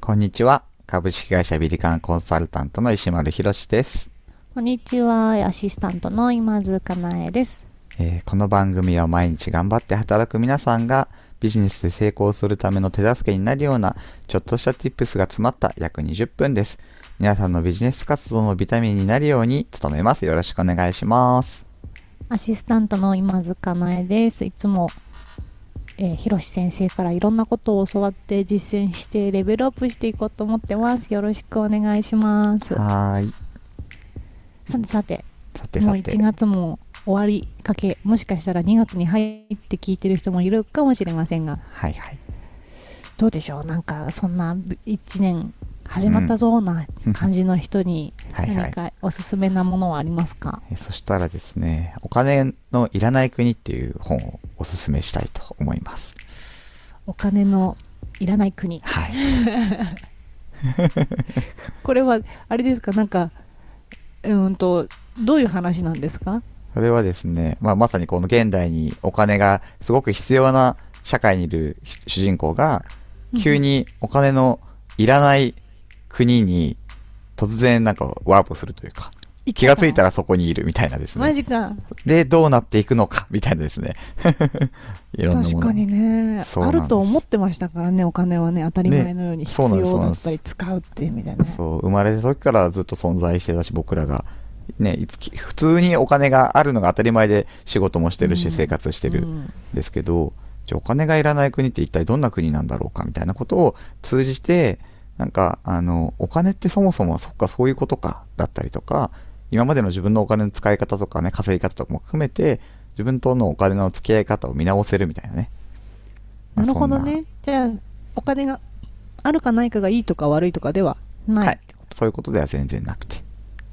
こんにちは。株式会社ビリカンコンサルタントの石丸宏です、こんにちは、アシスタントの今津かなえです。えーこの番組は毎日頑張って働く皆さんがビジネスで成功するための手助けになるようなちょっとした tips が詰まった約20分です。皆さんのビジネス活動のビタミンになるように努めます。よろしくお願いします。アシスタントの今津かなえです。いつも、えー、ひろし先生からいろんなことを教わって実践してレベルアップしていこうと思ってます。よろしくお願いします。はーい。さてさて、さてもうさて1。月も終わりかけ、もしかしたら2月に入って聞いてる人もいるかもしれませんが、はいはい。どうでしょうなんかそんな1年始まったぞうな感じの人にはいは何い。かおすすめなものはありますかえーそしたらですね、お金のいらない国っていう本をおすすめしたいと思います。お金のいらない国 はい。これはあれですかなんかうーんとどういう話なんですかそれはですね、まあ、まさにこの現代にお金がすごく必要な社会にいる主人公が、急にお金のいらない国に突然なんかワープするというか、気がついたららそこにいるみたいなですマね。ジかで、どうなっていくのかみたいなですね。 いろんなもの。確かにねそうなあんですると思ってましたからねお金はね当たり前のように必そうなんです要だったり使うっていうみたいなねそう、生まれた時からずっと存在してたし、僕らが。ね、いつき普通にお金があるのが当たり前で仕事もしてるうしん生活してるうんですけど、じゃあお金がいらない国って一体どんな国なんだろうかみたいなことを通じて、なんか、あの、お金ってそもそもそっかそういうことかだったりとか、今までの自分のお金の使い方とかね、稼ぎ方とかも含めて、自分とのお金の付き合い方を見直せるみたいなね。まなあるほど。そんねじゃあお金があるかないかがいいとか悪いとかではない、はいそういうことでは全然なくて。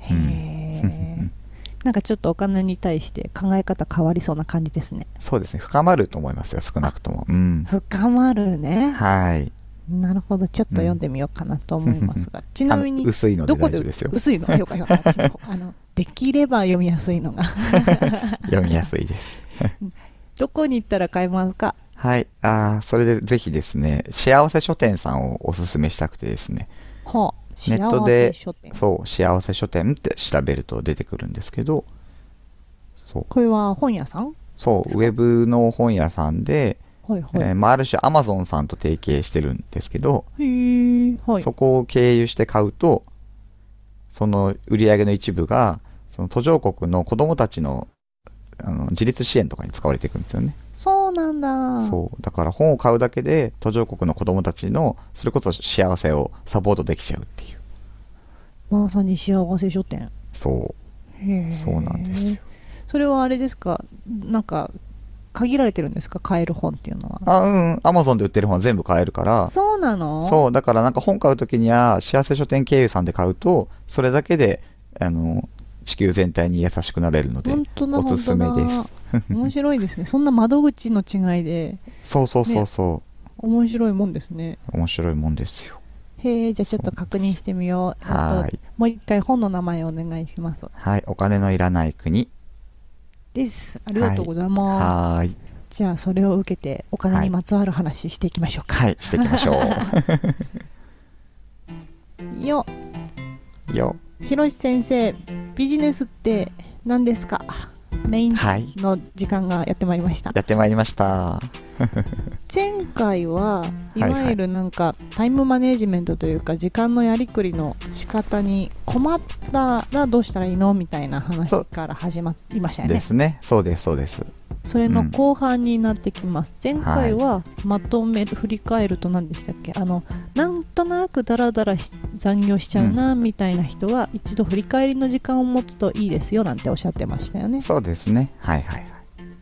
うんへうんえなんかちょっとお金に対して考え方変わりそうな感じですねそうですね。深まると思いますよ、少なくとも。うん。深まるねはい。なるほど、ちょっと読んでみようかなと思いますが、ちなみあにの、薄いのでどこ大で丈夫ですよ。薄いの、よかよか、私の 方あのできれば読みやすいのが、 読みやすいです。どこに行ったら買えますか、はい。ああ、それでぜひですね、幸せ書店さんをおすすめしたくてですね、ほう、ネ幸ットせで書店。そう、幸せ書店って調べると出てくるんですけど、そう、これは本屋さんそう、ウェブの本屋さんで、はいはい。えーまあ、ある種アマゾンさんと提携してるんですけど、へえ、はい。そこを経由して買うと、その売り上げの一部が、その途上国の子供たちのあの自立支援とかに使われていくんですよね。そうなんだ。そうだから本を買うだけで途上国の子供たちのそれこそ幸せをサポートできちゃうっていうまさに幸せ書店。そへうえそうなんですよ。それはあれですか、なんか、限られてるんですか、買える本っていうのは。あうんアマゾンで売ってる本は全部買えるからそうなのそうだからなんか本買う時には幸せ書店経由さんで買うとそれだけであの地球全体に優しくなれるので本当だおすすめ本当だです面白いですねそんな窓口の違いで そうそうそうそ面白いもんですねう、面白いもんですよへえじゃあちょっと確認してみようはあーいともう一回本の名前をお願いしますはいお金のいらない国ですありがとうございます、はーいじゃあそれを受けてお金にまつわる話していきましょうか、はいしていきましょよ うよひろし先生ビジネスって何ですかメインはいの時間がやってまいりました、やってまいりました前回ははいいはいわゆるなんかタイムマネジメントというか時間のやりくりの仕方に困ったらどうしたらいいのみたいなそ話うから始まりましたよでねすねそうですそうですそれうのん後半になってきます、前回はまとめる振り返ると何でしたっけあのなんとなくダラダラし残業しちゃうなみたいな人は一度振り返りの時間を持つといいですよなんておっしゃってましたよねそうですね。はいはいはい。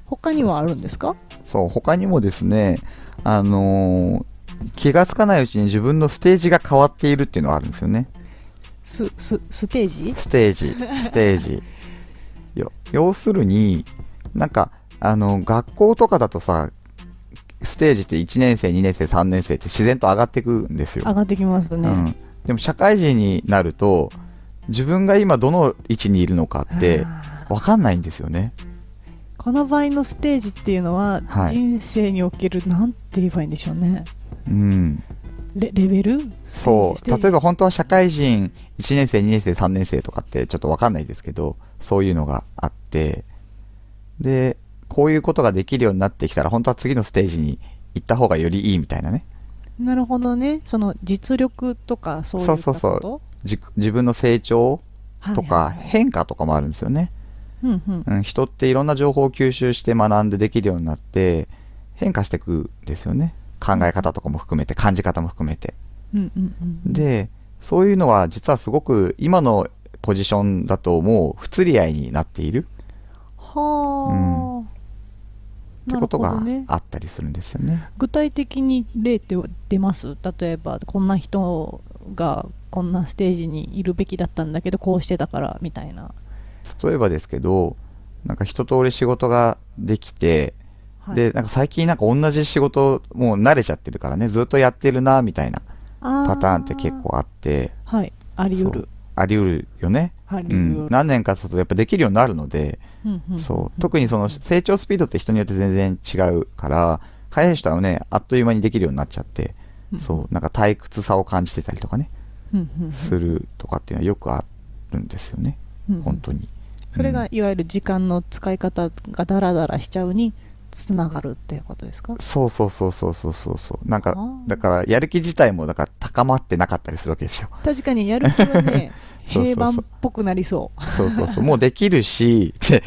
他にはあるんですかそう、他にもですね、あのー気がつかないうちに自分のステージが変わっているっていうのはあるんですよね。ススステージステー ジ、ステージ。よ要するに、なんか、あの、学校とかだとさ、ステージって1年生、2年生、3年生って自然と上がっていくんですよ。上がってきますね、うん。でも社会人になると、自分が今どの位置にいるのかって、わかんないんですよね。この場合のステージっていうのは、はい人生におけるなんて言えばいいんでしょうねうん。レレベルそステーう。ジ例えば本当は社会人1年生、2年生、3年生とかってちょっとわかんないですけど、そういうのがあって、で、こういうことができるようになってきたら、本当は次のステージに行った方がよりいいみたいなね。なるほどねその実力とかそういったことそうそうじ自分の成長はいとか変化とかもあるんですよね。うんうんうん、人っていろんな情報を吸収して学んでできるようになって、変化していくんですよね。考え方とかも含めて、感じ方も含めて。うんうんうんでそういうのは実はすごく今のポジションだともう不釣り合いになっているはあ、ってなることほがどねあったりするんですよね。具体的に例って出ます例えばこんな人がこんなステージにいるべきだったんだけどこうしてたからみたいな、例えばですけどなんか一通り仕事ができて、はい、でなんか最近なんか同じ仕事もう慣れちゃってるからねずっとやってるなみたいなパパターンって結構あってはいあり得そるうあり得るよね。ありう得ん、る、何年かするとやっぱできるようになるので、うんうんそう特にその成長スピードって人によって全然違うから早い人はねあっという間にできるようになっちゃってうんそうなんか退屈さを感じてたりとかねうんうんうんするとかっていうのはよくあるんですよねうんうん本当にそれうがんいわゆる時間の使い方がダラダラしちゃうにつながるっていうことですかそうそうそうそうそうそうそうなんあかーだからやる気自体もだから高まってなかったりするわ けですよ確かにやる気はね そうそうそう平板っぽくなりそうそうそうそうもうできるしって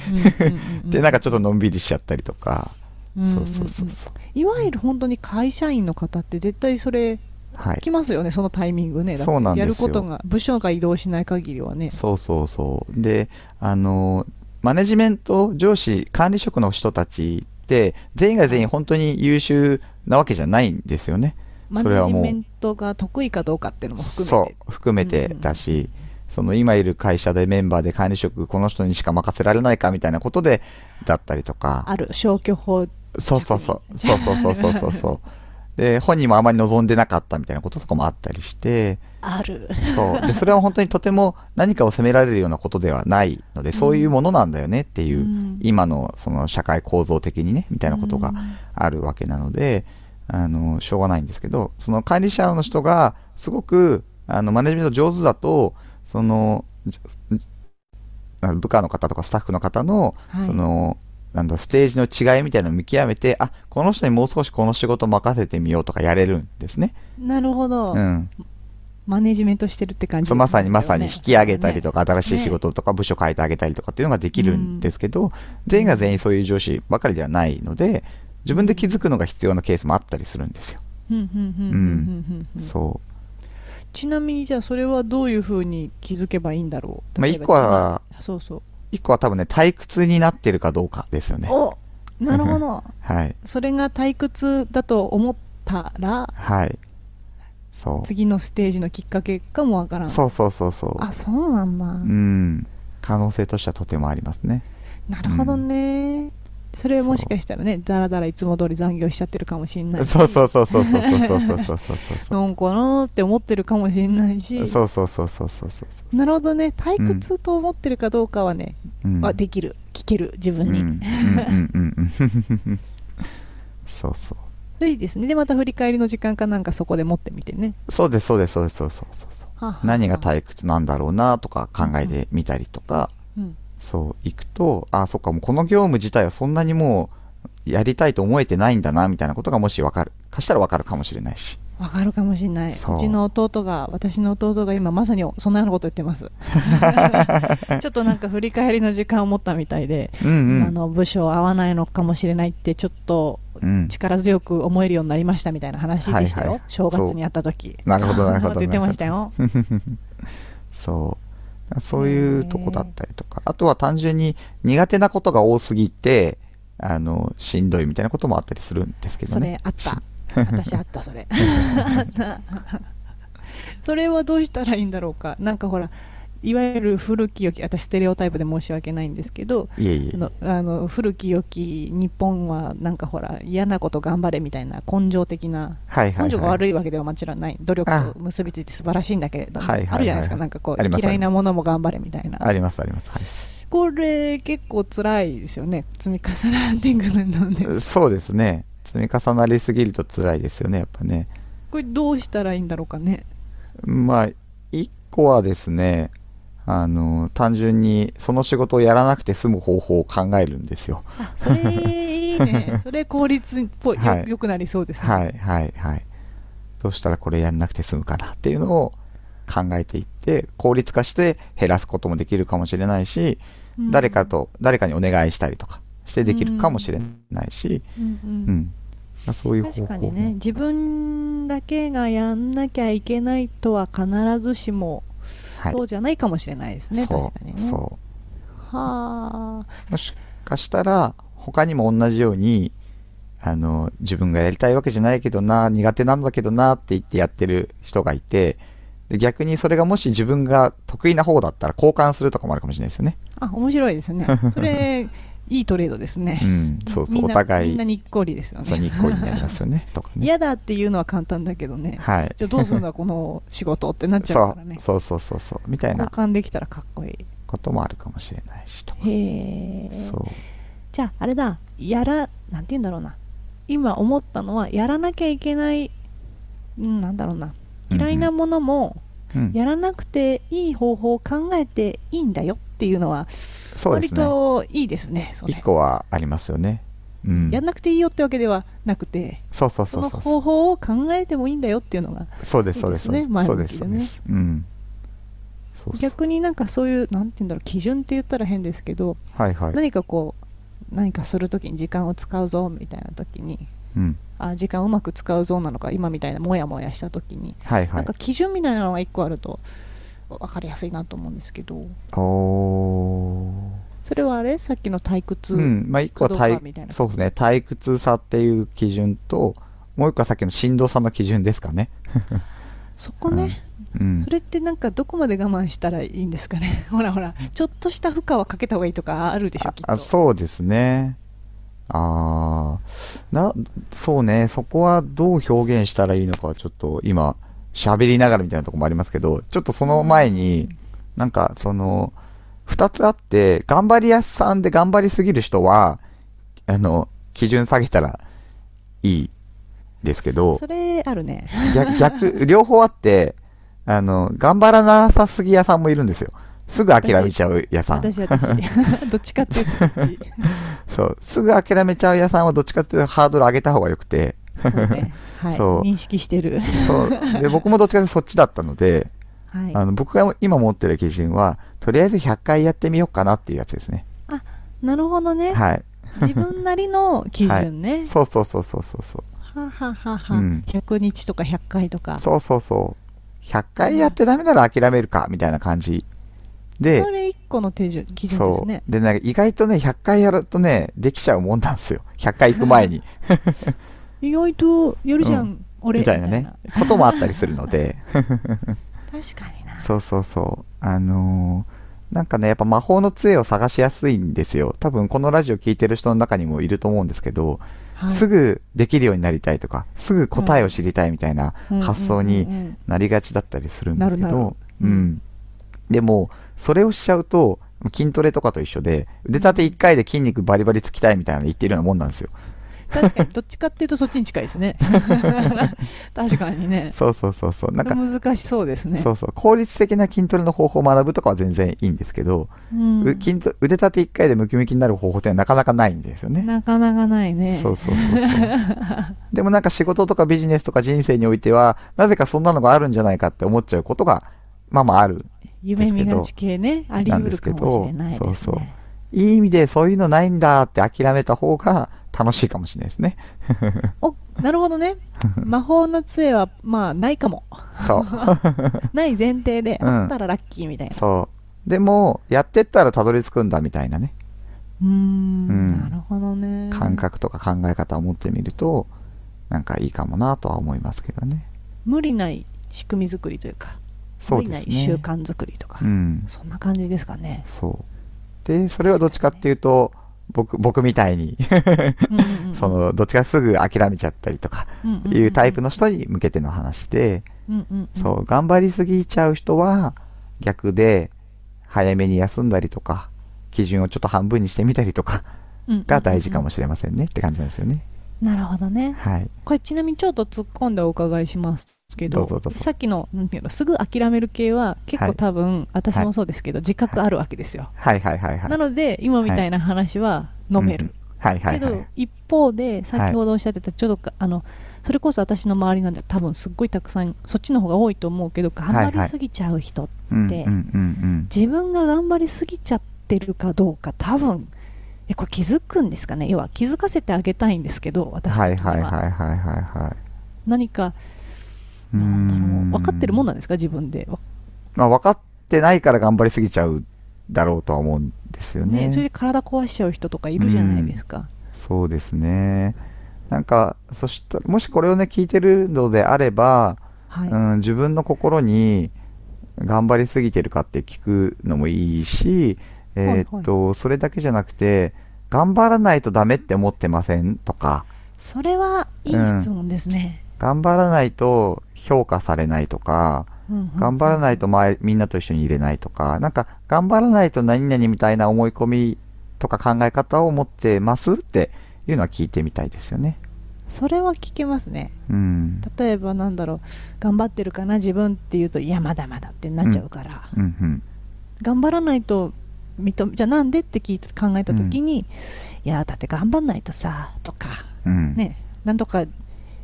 うんでなんかちょっとのんびりしちゃったりとかうんうんそうそうそうそういわゆる本当に会社員の方って絶対それはい来ますよねそのタイミングねだってそうなんですよやることが部署が移動しない限りはねそうそうそうであのマネジメント上司管理職の人たちって全員が全員本当に優秀なわけじゃないんですよねマそれネはジもうメントが得意かどうかっていうのも含めそてう含めてだし、その今いる会社でメンバーで管理職この人にしか任せられないかみたいなことでだったりとかある消去法そうそうそうそうそうそうそうそうそうで本人もあまり望んでなかったみたいなこととかもあったりしてあるそうでそれは本当にとても何かを責められるようなことではないのでそういうものなんだよねっていう、うん今のその社会構造的にねみたいなことがうんあるわけなので、あのしょうがないんですけどその管理者の人がすごくあのマネジメント上手だとそのじあ部下の方とかスタッフの方の,、はいそのなんだステージの違いみたいなのを見極めてあこの人にもう少しこの仕事任せてみようとかやれるんですね。なるほど、うん、マネジメントしてるって感じそうまさにまさに引き上げたりとかか、新しい仕事とか部署変えてあげたりとかっていうのができるんですけど、全員が全員そういう上司ばかりではないので自分で気づくのが必要なケースもあったりするんですよ。そうちなみにじゃあそれはどういうふうに気づけばいいんだろうまあ、例え一ば個は、そうそう一個は多分ね、退屈になってるかどうかですよね。おなるほどはい。それが退屈だと思ったらはい。そう。次のステージのきっかけかもわからんそうそうそうそあそうなんだ、う。うん。可能性としてはとてもありますね。なるほどね、それもしかしたらねだらだらいつも通り残業しちゃってるかもしれないしそうそうそうそうそうそうそうそうそ うそう。なんかなーって思ってるかもしれないしそうそうそうそうそうそうそう。なるほどね退屈と思ってるかどうかはね、うんあできる聞ける自うん分うんに、うんうんうん。そうそう。でいいですねでまた振り返りの時間かなんかそこで持ってみてねそうですそうですそうですそうそうそうそう。はあはあ何が退屈なんだろうなとか考えてみたりとか。うんそう、行くと、あ、そっか、もうこの業務自体はそんなにもう、やりたいと思えてないんだな、みたいなことがもしわかる、かしたらわかるかもしれないし。わかるかもしれないそううちの弟が私の弟が今まさにそんなようなこと言ってます ちょっとなんか振り返りの時間を持ったみたいで、うんうあん。の部署合わないのかもしれないってちょっとうん、力強く思えるようになりましたみたいな話でしたよ、はいはい正月に会った時なるほど、なるほそん なことど。言ってましたよそう。だからそういうとこだったりとか、あとは単純に苦手なことが多すぎて、あの、しんどいみたいなこともあったりするんですけどそれね。あった私あったそ れあったそれはどうしたらいいんだろうかなんかほらいわゆる古き良き私ステレオタイプで申し訳ないんですけどいえいあえ。のあの古き良き日本はなんかほら嫌なこと頑張れみたいな根性的なはいはい、はい。根性が悪い。いわけではもちろんない努力と結びついて素晴らしいんだけれどもはいはいはいあるじゃないですかなんかこありまうす嫌いなものも頑張れみたいなあります、あります。はいこれ結構辛いですよね積み重なってくるのでそうですね。積み重なりすぎると辛いですよね、やっぱね。これどうしたらいいんだろうかねまあ、一個はですね、あの、単純にその仕事をやらなくて済む方法を考えるんですよ。あそれいい ねそれ効率っぽい、はいよよくなりそうですね、はいはいはい。どうしたらこれやんなくて済むかなっていうのを考えていって、効率化して減らすこともできるかもしれないし、うん誰か、と、誰かにお願いしたりとかしてできるかもしれないし、うんううんん。そういう方法確もかにね自分だけがやんなきゃいけないとは必ずしもはい。そうじゃないかもしれないですね、そ確かにう、ねそう。はあもしかしたら他にも同じようにあの自分がやりたいわけじゃないけどな苦手なんだけどなって言ってやってる人がいてで逆にそれがもし自分が得意な方だったら交換するとかもあるかもしれないですよね。あ面白いです ねそれいいトレードですね、うん、そうそうみんおな互みんないにっこりですよそうね日光になりますよねとかね。 嫌だっていうのは簡単だけどねはい。じゃあどうするんだこの仕事ってなっちゃそうからねうそうそうそうそうみたい交な換できたらかっこいいこともあるかもしれないしとか。へえそうじゃああれだやらなんて言うんだろうな今思ったのはやらなきゃいけないうんなんだろうな嫌いなものもうんやらなくていい方法を考えていいんだよっていうのはそう割ですね。といいですねそれ一個はありますよね。うんや。んなくていいよってわけではなくてそうそうそそうのそう。方法を考えてもいいんだよっていうのがそうです、そうです、いいですねそうです、そう前向きででねす。うん。そうそう。逆になんかそういうなんて言うんだろう基準って言ったら変ですけどはいはい。何かこう何かするときに時間を使うぞみたいなときにうん。あ時間をうまく使うぞなのか今みたいなモヤモヤしたときにはいはなんいか。基準みたいなのが1個あると分かりやすいなと思うんですけどおー。それはあれさっきの退屈、うん。まあ、一個はかどう退かみたいなそうですね。退屈さっていう基準と、もう一個はさっきのしんどさの基準ですかね。そこね、うんそ。れってなんかどこまで我慢したらいいんですかね ほらほらちょっとした負荷はかけた方がいいとかあるでしょあきっとあそうですね。あーな、そうね。そこはどう表現したらいいのかはちょっと今、喋りながらみたいなとこもありますけど、ちょっとその前に、なんかその、二つあって、頑張り屋さんで頑張りすぎる人は、あの、基準下げたらいいですけどそ、れあるね逆、 逆、両方あって、あの、頑張らなさすぎ屋さんもいるんですよ。すぐ諦めちゃう屋さん。私私 どっちかっていうと そっちそう、すぐ諦めちゃう屋さんはどっちかっていうとハードル上げた方が良くて、そうね、はい、そう認識してるそう、で、僕もどっちかというとそっちだったので、 はいあの、僕が今持ってる基準は、とりあえず100回やってみようかなっていうやつですね。なるほどね、はい。自分なりの基準ね、そうそうそうそうそうそう。はははは、うん100日とか100回とかそそうそうそう。100回やってダメなら諦めるか、みたいな感じ。で、れ1個の手順基準ですそねう。で、なんか意外とね、100回やるとね、できちゃうもんなんですよ。100回行く前に。意外とやるじゃん、う 俺みたいなね、こともあったりするので。確かになそうそうそう。あのーなんかね、やっぱ魔法の杖を探しやすいんですよ。多分このラジオ聞いてる人の中にもいると思うんですけど、はいすぐできるようになりたいとか、すぐ答えを知りたいみたいなうん発想にうんうんうんなりがちだったりするんですけなるなど、るううんん。でも、それをしちゃうと、筋トレとかと一緒で、腕立て1回で筋肉バリバリつきたいみたいなの言ってるようなもんなんですよ。確かにどっちかっていうとそっちに近いです ね確かにねそうそうそうそう。なんか、難しそうですねそうそう。効率的な筋トレの方法を学ぶとかは全然いいんですけど、うんう筋ト腕立て1回でムキムキになる方法ってなかなかないんですよね。なかなかないねそうそうそうそう。でもなんか仕事とかビジネスとか人生においては、なぜかそんなのがあるんじゃないかって思っちゃうことが、まあまあある。 夢見がち系ねありなん得でるすけかどもしれないですねそうそういい意味でそういうのないんだって諦めた方が楽しいかもしれないですね。おなるほど ね魔法の杖はまあないかもそう。 ない前提でうんあったらラッキーみたいなそう。でも、やってったらたどり着くんだみたいなね、うーんうんなるほどね感覚とか考え方を持ってみると、なんかいいかもなとは思いますけどね。無理ない仕組み作りというかそうです無理ない習ね。慣作りとか、うん。そんな感じですかねそう。で、それはどっちかっていうと、僕、僕みたいに、うんうんうんその、どっちかすぐ諦めちゃったりとか、うんうんうんいうタイプの人に向けての話で、うんうんうんそう、頑張りすぎちゃう人は、逆で、早めに休んだりとか、基準をちょっと半分にしてみたりとか、 うんうんが大事かもしれませんねって感じなんですよね。なるほどねはい。これちなみにちょっと突っ込んでお伺いしますですけどどうぞどうぞさっきのなんていうのすぐ諦める系は結は構い多分、私もそうですけど、自覚あるわけですよ、はいはいはいはい。なので今みたいな話は飲める、はいはいけはどい。一方で先ほどおっしゃってたちょっとかあのそれこそ私の周りなんで多分すっごいたくさんそっちの方が多いと思うけど頑張りすぎちゃう人、うんうんでうん自分が頑張りすぎちゃってるかどうか多分えこれ気づくんですかね要は気づかせてあげたいんですけどうん。私は的いにははいはいはいはいはい。何かうーなんだろうん分かってるもんなんですか自分でわまあ分かってないから頑張りすぎちゃうだろうとは思うんですよね。ねそれで体壊しちゃう人とかいるじゃないですか、そうですね。なんか、そしたら、もしこれをね、聞いてるのであれば、はい、うん、自分の心に頑張りすぎてるかって聞くのもいいし、はいはいえーっと、それだけじゃなくて、頑張らないとダメって思ってませんとか、それはいい質問ですね、頑張らないと評価されないとか、うんうん頑張らないと前、みんなと一緒にいれないとか、なんか、頑張らないと何々みたいな思い込みとか考え方を持ってますっていうのは聞いてみたいですよね。それは聞けますねうん。例えばなんだろう頑張ってるかな自分って言うといやまだまだってなっちゃうから、うんうん。頑張らないと認めじゃあなんでって聞いて考えた時に、いやだって頑張んないとさとかうん。ねなんとか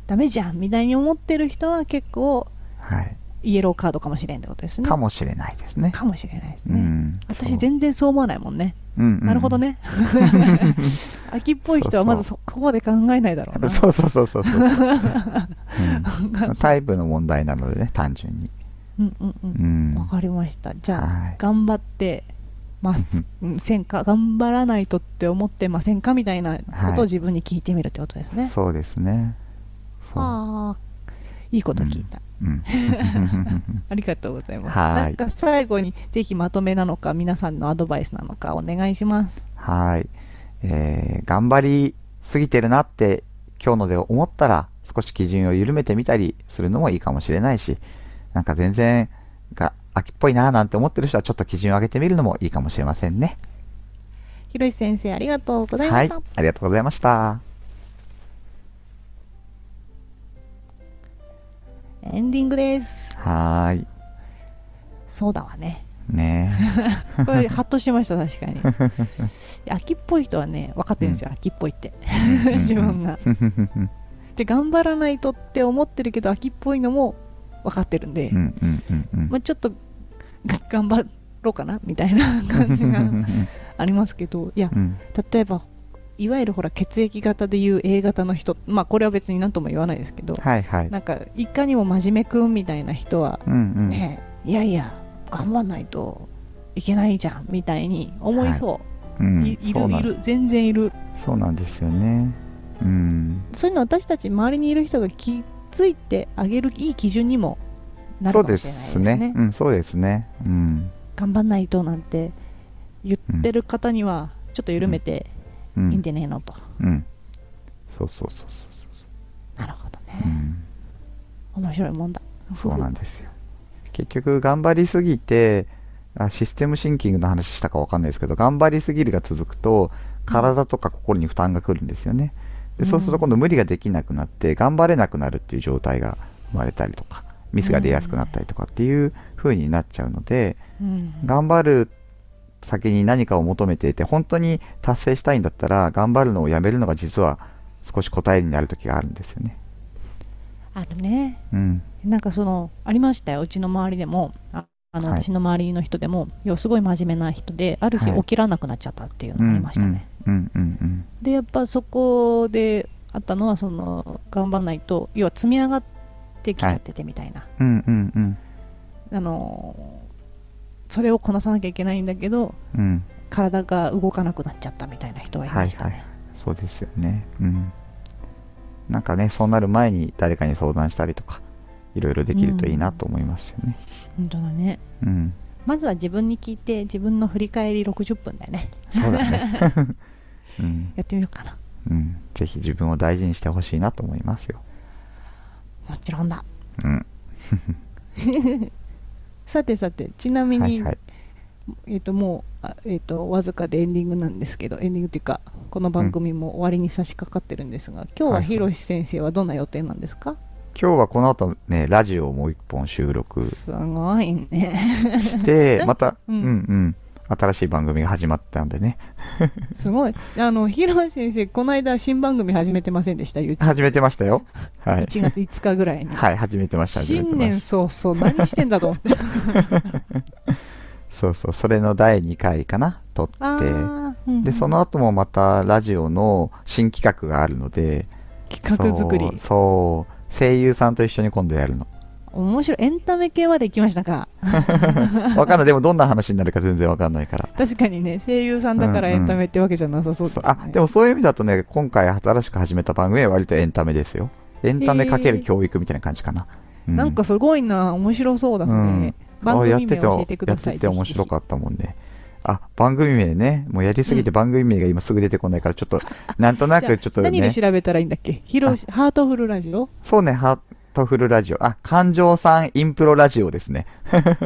ダメじゃんみたいに思ってる人は結構はい。イエローカードかもしれんってことですねかもしれないですね。かもしれないですうね、ん。そ私う全然そう思わないもんね、うんうんなるほど。 ね秋っぽい人はまずそこまで考えないだろうな そうそうそ うそうそう。うんタイプの問題なのでね、単純に。うんうんううんん。わかりましたじゃあ、はい頑張ってますうんせんか頑張らないとって思ってませんかみたいなことを自分に聞いてみるってことですね、そうですね。そう。ああいいこと聞いた、うん。 ありがとうございますはないんか最後にぜひまとめなのか皆さんのアドバイスなのかお願いしますはい。えー頑張りすぎてるなって今日ので思ったら少し基準を緩めてみたりするのもいいかもしれないし、なんか全然が秋っぽいなーなんて思ってる人はちょっと基準を上げてみるのもいいかもしれませんね。ひろし先生ありがとうございまはしいた、。ありがとうございました。エンディングですはーい。そうだわ ねねこれハッとしました確か にいや秋っぽい人はね分かってるんですよ、秋っぽいってえ 自分がうんうんで頑張らないとって思ってるけど秋っぽいのも分かってるんで、うんうんうんうんまあ、ちょっとが頑張ろうかなみたいな感じがありますけどいやうん例えばいわゆるほら血液型でいう A 型の人まあこれは別に何とも言わないですけどはいはい。なんかいかにも真面目くんみたいな人はうんうんね、いやいや頑張んないといけないじゃんみたいに思いそう、うんいいそうるないんる全然いるそうなんですよね。うん。そういうの私たち周りにいる人が気づいてあげるいい基準にもなるそうかもでしれないですすねね。うん、そうですね。うん。頑張んないとなんて言ってる方にはちょっと緩めてういいんん。じゃねえのと、うん。そうそうそうそうそう。なるほどうね、ん。面白いもんだそうなんですよ。結局、頑張りすぎて、あシステムシンキングの話したかわかんないですけど、頑張りすぎるが続くと、体とか心に負担が来るんですよね。でそうすると今度無理ができなくなって、頑張れなくなるっていう状態が生まれたりとか、ミスが出やすくなったりとかっていう風になっちゃうので、うん頑張る先に何かを求めていて、本当に達成したいんだったら、頑張るのをやめるのが実は少し答えになる時があるんですよね。あるねうん。なんかそのありましたようちの周りでもああの、はい私の周りの人でもいやすごい真面目な人である日はい起きらなくなっちゃったっていうのがありましたね、うんうんうんでやっぱそこであったのはその頑張んないと要は積み上がってきちゃっててみたいな、うん。うんうんうん。あのそれをこなさなきゃいけないんだけどうん。体が動かなくなっちゃったみたいな人はいましたね、はいはいそうですよね。うん。なんかね、そうなる前に誰かに相談したりとか、いろいろできるといいなと思いますよね。本当だねうん。まずは自分に聞いて自分の振り返り60分だよねそう だね。うん。やってみようかなうん。ぜひ自分を大事にしてほしいなと思いますよ。もちろんだうん。さてさてちなみに、はいはい。えっ、ともうあえっ、とわずかでエンディングなんですけどエンディングっていうかこの番組も終わりに差し掛かってるんですが、今日ははいはいひろし先生はどんな予定なんですか、今日はこの後ね、ラジオをもう一本収録すごいね して、また、うんうんうん、新しい番組が始まったんでね、すごいあの広瀬先生この間新番組始めてませんでした YouTube 始めてましたよ。はい。 1月5日ぐらいにはい、始めてました、始めて新ま年した。早々何してんだと 思ってそうそう、それの第2回かな、撮って。あーうんうんで、その後もまたラジオの新企画があるので、企画作りそうそう、声優さんと一緒に今度やるの。面白いエンタメ系まで行きましたかわかんない、でもどんな話になるか全然わかんないから。確かにね声優さんだからうんうエんンタメってわけじゃなさそうです、そねうあでもそういう意味だとね今回新しく始めた番組は割とエンタメですよエンタメかける教育みたいな感じかな、うなんかすごいな面白そうだね、うん番あや組って名て教えてくださいやってて面白っかったもんねあ番組名ねもうやりすぎて番組名が今すぐ出てこないからちょっと、なんとなくちょっと何ねで調べたらいいんだっけひろしハートフルラジ オそうねハートフルラジオあ感情さんインプロラジオですね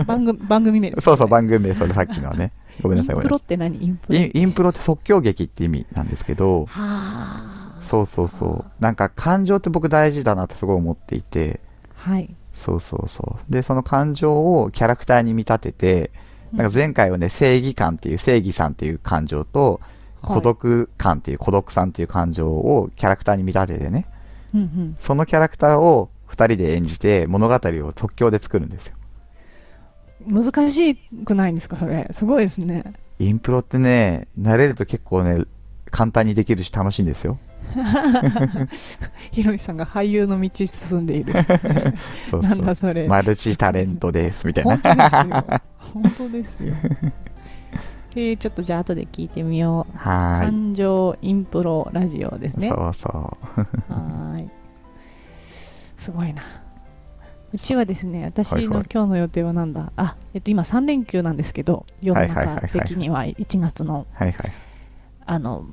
番組番組名ですねそうそう番組名それさっきの はねごめんなさイいごンプロめんなさって何インプいロインインプロって即興劇って意味なんですけどはあそうそうそうなんか感情って僕大事だなってすごい思っていてはいそうそうそう。で、その感情をキャラクターに見立てて、なんか前回はね、正義感っていう正義さんっていう感情と、はい孤独感っていう孤独さんっていう感情をキャラクターに見立ててね、うんうんそのキャラクターを二人で演じて物語を即興で作るんですよ。難しくないんですかそれすごいです ねインプロってね、慣れると結構ね、簡単にできるし楽しいんですよ。ひろしさんが俳優の道進んでいるそうなそんだう。それ、マルチタレントです、みたいな本。当ですよ本当です よえー、ちょっとじゃあ後で聞いてみようはーい。感情インプロラジオですね。はそうそう。ーい。すごいな。うちはですね、私はいはのい今日の予定はなんだ、あ、えっと今3連休なんですけど、世のはいはいはいは中い的には1月の、はいはい。あの、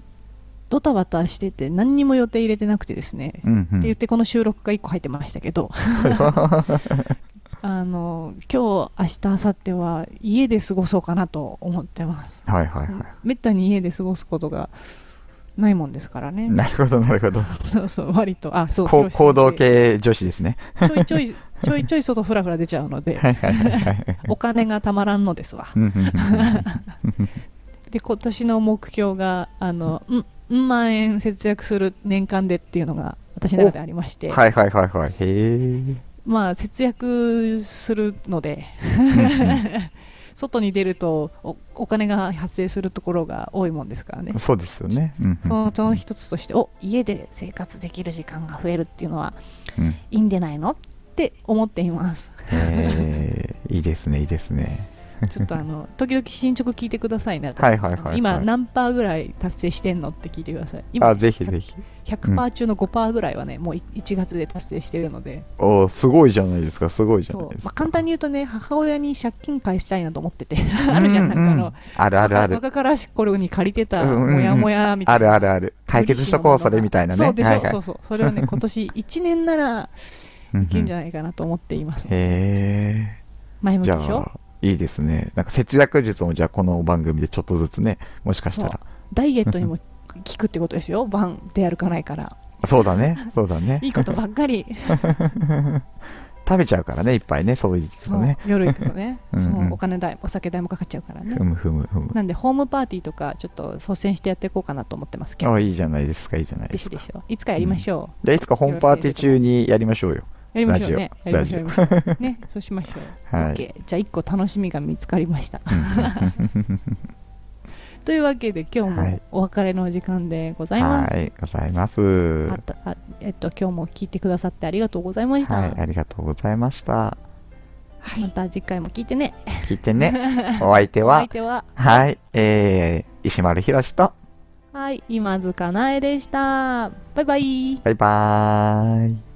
ドタバタしてて何にも予定入れてなくてですね、ってうんうん。言ってこの収録が1個入ってましたけど、あの、今日、明日、明後日は家で過ごそうかなと思ってます。 はいはいはい。めったに家で過ごすことがないもんですからね。なるほど、なるほど。そうそう、割と、あ、そう、こう広瀬行先生動。系女子ですね。ちょいちょ い、ちょいちょい外フラフラ出ちゃうので、はいはいは いはい。お金がたまらんのですわ。うんうんうんで、今年の目標が、あの、うん、うん万円節約する年間でっていうのが、私の中でありましうんて、はいはいはいはい。へえ。まあ、節約するので、外に出るとお、お金が発生するところが多いもんですからね。そうですよね。うんうそんのその一つとして、お家で生活できる時間が増えるっていうのはうんいいんでないのって思っています。へえ。いいですね、いいですね。 ちょっとあの時々進捗聞いてくださいね。はいはいはいはい今何パーぐらい達成してんのって聞いてください。今あ、ぜひぜひ。 100パー中の5パーぐらいはね、もう1月で達成してるので、おーすごいじゃないですか、すごいじゃそないうですまあ、か。簡単に言うとね、母親に借金返したいなと思ってて、 あるじゃん、なんかあうのう、あるあるある。若からし頃に借りてたうんうんうんもやもやみたあいな。るあるある。解決しとこう、それみたいなね。そうでしょ、はいはいそうそう。それを ね、今年1年ならいけんじゃないかなと思っています。へえ。前向きじゃでしょあ、いいですね。なんか節約術も、じゃあこの番組でちょっとずつね、もしかしたら。ダイエットにも効くってことですよ、晩出歩かないから。そう だね、そうだねい。いことばっか り。食べちゃうからね、いっぱいね、外に行くそとうね。夜行くとね うんうんそうお金代お酒代もかかっちゃうからねふむふむふむ。なんでホームパーティーとかちょっと率先してやっていこうかなと思ってますけどあいいじゃないですか、いいじゃないででしすょか。でしょいつかやりましょじゃあいつか本パーティー中にやりましょうよ。う、やりましょうねやりラましジょオうやりましょうねそうしましょう、 はい OK じゃあ1個楽しみが見つかりましたうんうんというわけで今日はもいお別れのお時間でございます、はい、ござい ます。あたあえっと、今日も聞いてくださってありがとうございました、はい、ありがとうございました。また次回も聞いてね聞いてね。 お相手おは相、手ははい、えー、石丸博と、はい今塚なえでしたバイバイバイバーイ。